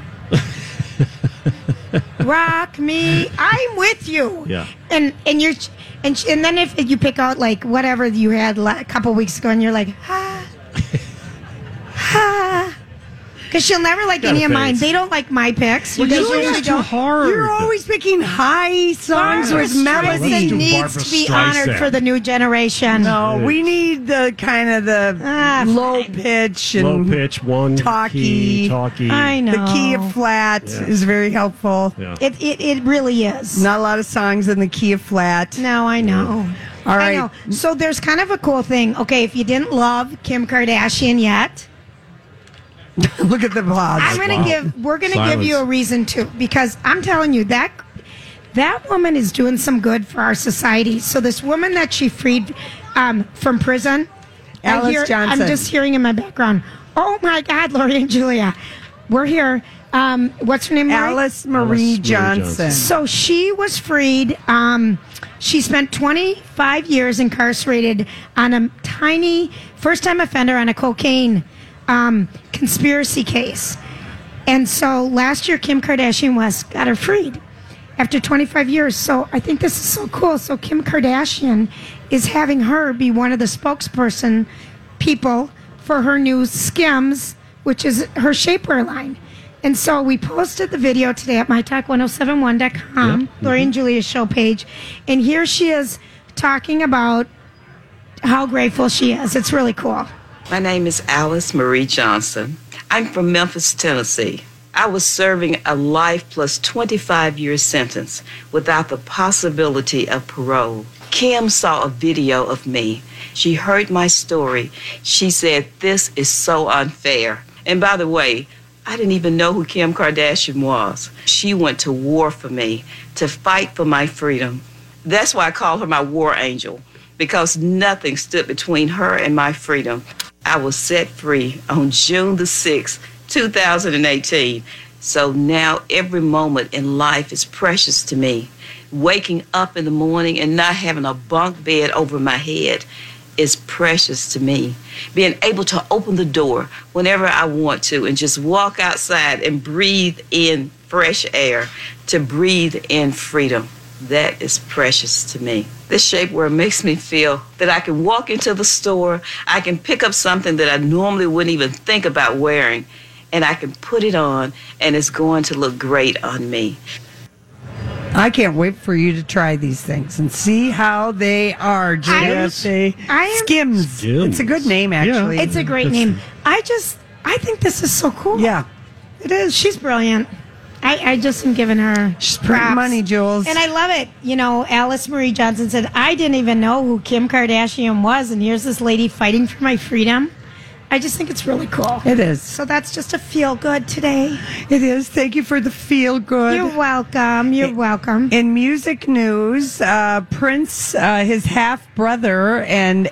C: rock me. I'm with you.
A: Yeah.
C: And and you're and sh- and then if you pick out like whatever you had la- a couple weeks ago and you're like, ah. ah. Cuz she'll never like
A: Gotta
C: any of mine.
A: fade.
C: They don't like my picks. They
A: Because
C: usually
A: those are too
C: don't.
A: hard.
B: You're always picking high songs
C: Barbra
B: with melody.
C: Streisand
A: do
C: needs
A: Barbra
C: to be honored
A: Streisand.
C: for the new generation.
B: No, we need the kind of the
C: Ah,
B: low pitch and
A: Low pitch, one
B: Talky.
A: key, talky.
C: I know.
B: the key of flat
A: Yeah.
B: is very helpful.
A: Yeah.
C: It it, it really is.
B: Not a lot of songs in the key of flat.
C: No, I know.
B: All
C: I
B: right.
C: know. So there's kind of a cool thing. Okay, if you didn't love Kim Kardashian yet,
B: [laughs] Look at the
C: I'm
B: applause.
C: gonna
A: Wow.
C: give we're gonna give
A: Silence.
C: you a reason to because I'm telling you that that woman is doing some good for our society. So this woman that she freed um, from prison, I
B: Alice
C: hear-
B: Johnson.
C: I'm just hearing in my background. Oh my God, Lori and Julia, we're here. Um, what's her name? Lori?
B: Alice Marie
A: Marie Johnson.
B: Johnson.
C: So she was freed. Um, she spent 25 years incarcerated on a tiny first time offender on a cocaine um, conspiracy case. And so last year, Kim Kardashian West got her freed after 25 years. So I think this is so cool. So Kim Kardashian is having her be one of the spokesperson people for her new Skims, which is her shapewear line. And so we posted the video today at mytalk1071.com, Lori
B: Mm-hmm.
C: and Julia's show page. And here she is talking about how grateful she is. It's really cool.
J: My name is Alice Marie Johnson. I'm from Memphis, Tennessee. I was serving a life plus 25 year sentence without the possibility of parole. Kim saw a video of me. She heard my story. She said, This is so unfair. And by the way, I didn't even know who Kim Kardashian was. She went to war for me to fight for my freedom. That's why I call her my war angel, because nothing stood between her and my freedom. I was set free on June the 6th, 2018. So now every moment in life is precious to me. Waking up in the morning and not having a bunk bed over my head is precious to me. Being able to open the door whenever I want to and just walk outside and breathe in fresh air, to breathe in freedom. That is precious to me. This shapewear makes me feel that I can walk into the store, I can pick up something that I normally wouldn't even think about wearing, and I can put it on, and it's going to look great on me.
B: I can't wait for you to try these things and see how they are, JSA.
C: I am-
B: Skims. It's a good name, actually.
C: It's a great name. I just, I think this is so cool.
B: Yeah, it is.
C: She's brilliant. I, I just am giving her she's
B: printing money, Jules.
C: and I love it. You know, Alice Marie Johnson said, "I didn't even know who Kim Kardashian was, and here's this lady fighting for my freedom." I just think it's really cool.
B: It is.
C: So that's just a feel good today.
B: It is. Thank you for the feel good.
C: You're welcome. You're welcome.
B: In music news, uh, Prince, uh, his half brother and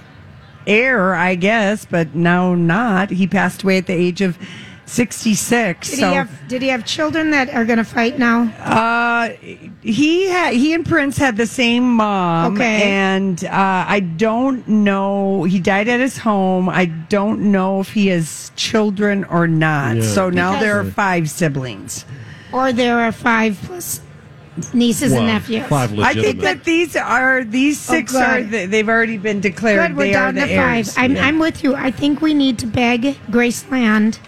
B: heir, I guess, but now not, he passed away at the age of 66.
C: Did
B: so
C: he have Did he have children that are going to fight now?
B: uh, he had he and Prince had the same mom.
C: Okay.
B: Um, and uh, I don't know. He died at his home. I don't know if he has children or not.
C: Yeah.
B: so now there are
C: Because-
B: five siblings.
C: Or there are five plus nieces
B: Well,
C: and nephews.
B: five I think legitimate. that these are these
D: Oh,
B: six are the- they've already been declared.
C: Good, we're
B: they are
C: down
B: the
C: to
B: heirs.
C: five. I'm, I'm with you. I think we need to beg Graceland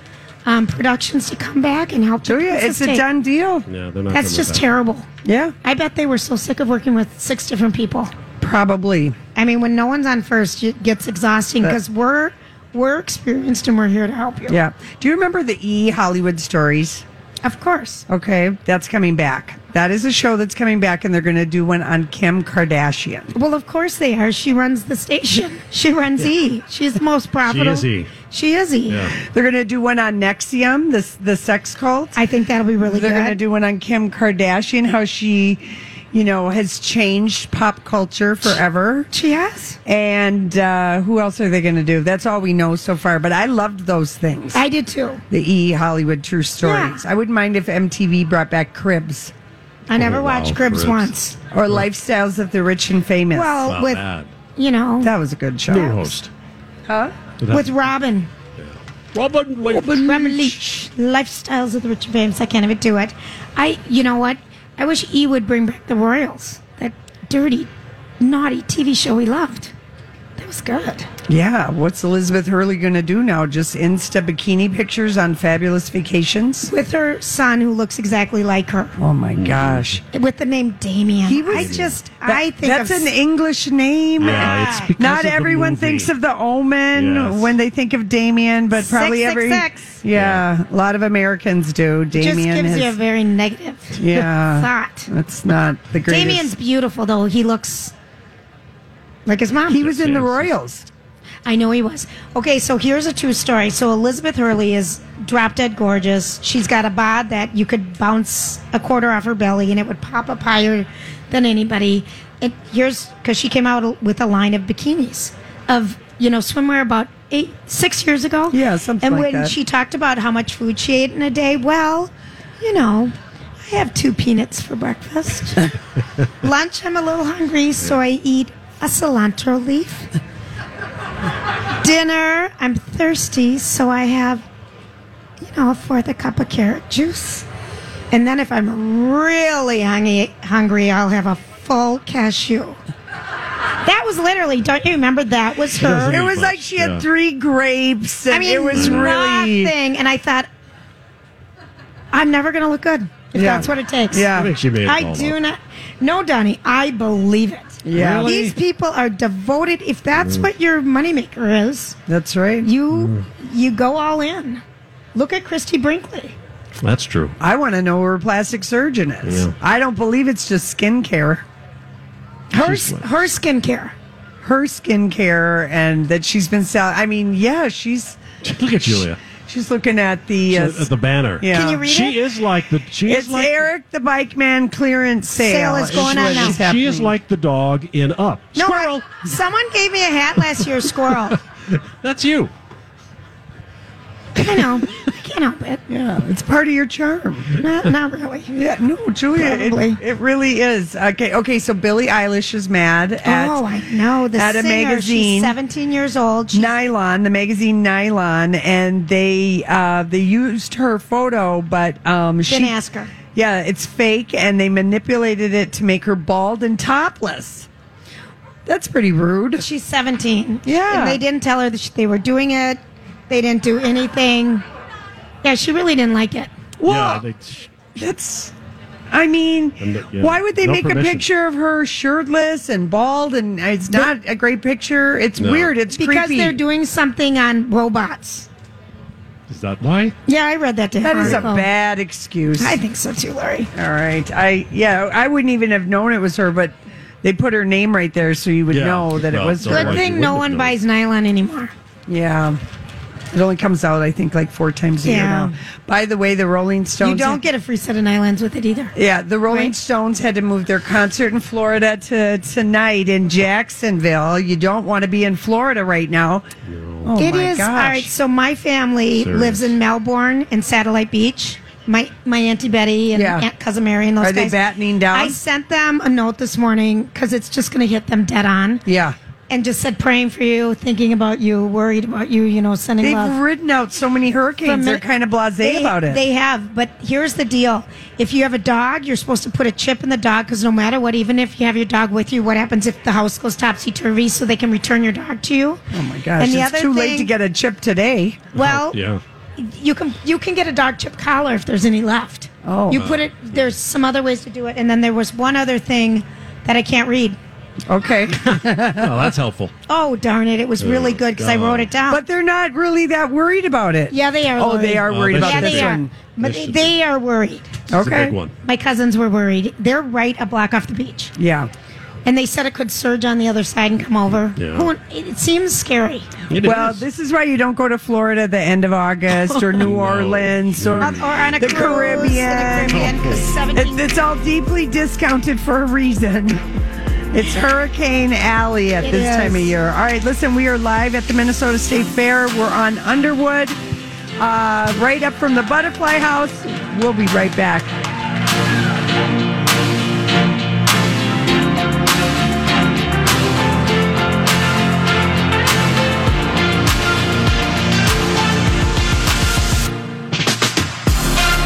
C: um, Productions to come back and help. Do
B: Yeah, it's a done deal.
A: Yeah, they're not.
C: That's
A: coming
C: just
A: back.
C: terrible.
B: Yeah,
C: I bet they were so sick of working with six different people.
B: Probably.
C: I mean, when no one's on first, it gets exhausting
B: That-
C: because we're we're experienced and we're here to help you.
B: Uh, Yeah. Do you remember the E Hollywood stories?
C: Of course.
B: Okay, that's coming back. That is a show that's coming back, and they're going to do one on Kim Kardashian.
C: Well, of course they are. She runs the station. She runs E. She's the most profitable.
B: E.
C: She is E.
B: They're going to do one on Nexium, the the sex cult.
C: I think that'll be really
B: They're
C: good.
B: going to do one on Kim Kardashian, how she, you know, has changed pop culture forever.
C: She has.
B: And uh, who else are they going to do? That's all we know so far. But I loved those things.
C: I did too.
B: The E Hollywood True Stories. I wouldn't mind if MTV brought back Cribs.
C: I never Oh, wow, watched Cribs Cribs. once.
B: Or Lifestyles of the Rich and Famous.
C: Well, Wow, with- that. You know.
B: That was a good show.
C: New
A: host.
B: Huh?
C: With Robin.
A: Robin Leach.
C: Robin Leach. Lifestyles of the Rich and Famous. I can't even do it. I, you know what? I wish E would bring back the Royals. That dirty, naughty TV show we loved. That was good.
B: Yeah, what's Elizabeth Hurley going to do now? Just Insta bikini pictures on fabulous vacations?
C: With her son who looks exactly like her.
B: Oh my gosh.
C: With the name Damien.
B: He was-
C: I just,
B: That-
C: I think
B: that's
C: of-
B: an English name.
A: Yeah, it's because
B: Not
A: of the
B: everyone
A: movie.
B: thinks of the Omen
A: Yes.
B: when they think of Damien, but probably every
C: 666.
B: yeah, a lot of Americans do.
C: It just
B: Damien
C: gives you a
B: is
C: very negative
B: [laughs] yeah,
C: thought.
B: That's not the greatest.
C: Damien's beautiful though. He looks like his mom.
B: He was in the Royals.
C: I know he was. Okay, so here's a true story. So Elizabeth Hurley is drop dead gorgeous. She's got a bod that you could bounce a quarter off her belly and it would pop up higher than anybody. And here's because she came out with a line of bikinis of you know swimwear about eight six years ago.
B: Yeah, something
C: And
B: like
C: when
B: that.
C: she talked about how much food she ate in a day, well, you know, I have two peanuts
B: [laughs]
C: for breakfast. Lunch, I'm a little hungry, so I eat a cilantro leaf. Dinner, I'm thirsty, so I have, you know, a fourth a cup of carrot juice. And then if I'm really hungry, hungry I'll have a full cashew. That was literally, don't you remember that was her?
B: It was like she had three grapes. And
C: I mean,
B: it was really
C: nothing. And I thought, I'm never going to look good if
B: Yeah.
C: that's what it takes.
B: Yeah. I
A: think she made it all
C: I do
A: up.
C: not. No, Donnie, I believe it.
B: Yeah. Really?
C: These people are devoted. If that's what your moneymaker is,
B: That's right.
C: You
B: Mm.
C: you go all in. Look at Christy Brinkley.
A: That's true.
B: I want to know who her plastic surgeon is.
A: Yeah.
B: I don't believe it's just skincare.
C: Her her skincare.
B: Her skincare and that she's been selling. I mean, yeah, she's
A: Look at Julia.
B: she's looking at the uh,
A: She's at the banner.
B: Yeah. Can you read
A: she is like the. She
B: It's
A: is like.
B: Eric the Bike Man clearance sale.
C: Sale is going
B: what
C: on now.
B: is
A: She is
B: happening.
A: like the dog in Up.
C: No, I- someone gave me
B: [laughs]
C: a hat last year, squirrel.
A: That's you.
C: I know. I can't help it.
B: Yeah, it's part of your charm.
C: Not, not really.
B: Yeah, no, Julia, it,
C: Probably.
B: it really is. Okay, okay. So Billie Eilish is mad [laughs] at
C: oh, I know. The
B: at a
C: singer,
B: magazine.
C: She's 17 years old. She's
B: Nylon, the magazine Nylon, and they uh, they used her photo, but um, she
C: Didn't ask her.
B: Yeah, it's fake, and they manipulated it to make her bald and topless. That's pretty rude.
C: She's 17.
B: Yeah.
C: And they didn't tell her that she, they were doing it. They didn't do anything. Yeah, she really didn't like it.
A: yeah, they,
B: That's. I mean,
A: And the- yeah,
B: why would they
A: no
B: make a
A: permission.
B: picture of her shirtless and bald? And it's not a great picture. It's
A: No.
B: weird. It's
C: because
B: creepy.
C: they're doing something on robots.
A: is that why?
C: Yeah, I read that down.
B: That is a bad excuse.
C: I think so too, Larry.
B: All right. I yeah. I wouldn't even have known it was her, but they put her name right there, so you would
A: Yeah.
B: know that it
A: Well,
B: was
A: so
B: her.
C: Good
A: Otherwise you
C: thing
A: wouldn't
C: no
A: have
C: one
A: known.
C: buys nylon anymore.
B: Yeah. It only comes out, I think, like four times a year
C: Yeah.
B: now. By the way, the Rolling Stones.
C: You don't get a free set of nylons with it either.
B: Yeah, the Rolling
C: Right.
B: Stones had to move their concert in Florida to tonight in Jacksonville. You don't want to be in Florida right now. Oh
C: It is
B: my gosh.
C: all right. So my family
A: Serious.
C: lives in Melbourne and Satellite Beach. My my auntie Betty and
B: Yeah.
C: Aunt cousin Mary and those
B: Are they
C: guys.
B: battening down?
C: I sent them a note this morning because it's just going to hit them dead on,
B: yeah.
C: and just said praying for you, thinking about you, worried about you. You know, sending
B: They've
C: love.
B: ridden out so many hurricanes.
C: From-
B: They're kind of blasé
C: they,
B: about it.
C: They have, but here's the deal: if you have a dog, you're supposed to put a chip in the dog because no matter what, even if you have your dog with you, what happens if the house goes topsy turvy? So they can return your dog to you.
B: oh my gosh.
C: And the
B: it's
C: other
B: too late to
C: thing-
B: get a chip today.
C: Well,
B: [laughs]
A: Yeah.
C: you can you can get a dog chip collar if there's any left.
B: Oh.
C: you put it. There's some other ways to do it, and then there was one other thing that I can't read. [laughs]
B: Okay.
A: Oh, that's helpful.
C: Oh darn it! It was really
A: Oh,
C: good because I wrote it down.
B: but they're not really that worried about it.
C: yeah, they are.
B: Oh, they
C: worried.
B: are
A: Oh,
B: worried
A: they
B: about
C: Yeah,
A: should
B: this
C: they
A: be.
C: are.
B: one.
C: But
A: They
C: they,
A: should
C: are worried.
A: It's
B: Okay.
A: a big one.
C: My cousins were worried. They're right a block off the beach,
B: Yeah.
C: and they said it could surge on the other side and come over.
A: Yeah.
C: Who- it, it seems scary.
A: It
B: Well,
A: is.
B: this is why you don't go to Florida the end of August
C: [laughs]
B: or New Orleans or,
C: Or on a
B: the
C: cruise
B: Caribbean.
C: in the Caribbean,
A: Oh,
C: 'cause 17
B: It's, it's all deeply discounted for a reason. It's Hurricane Alley at
C: It
B: this
C: is.
B: time of year. All right, listen, we are live at the Minnesota State Fair. We're on Underwood, uh, right up from the Butterfly House. We'll be right back.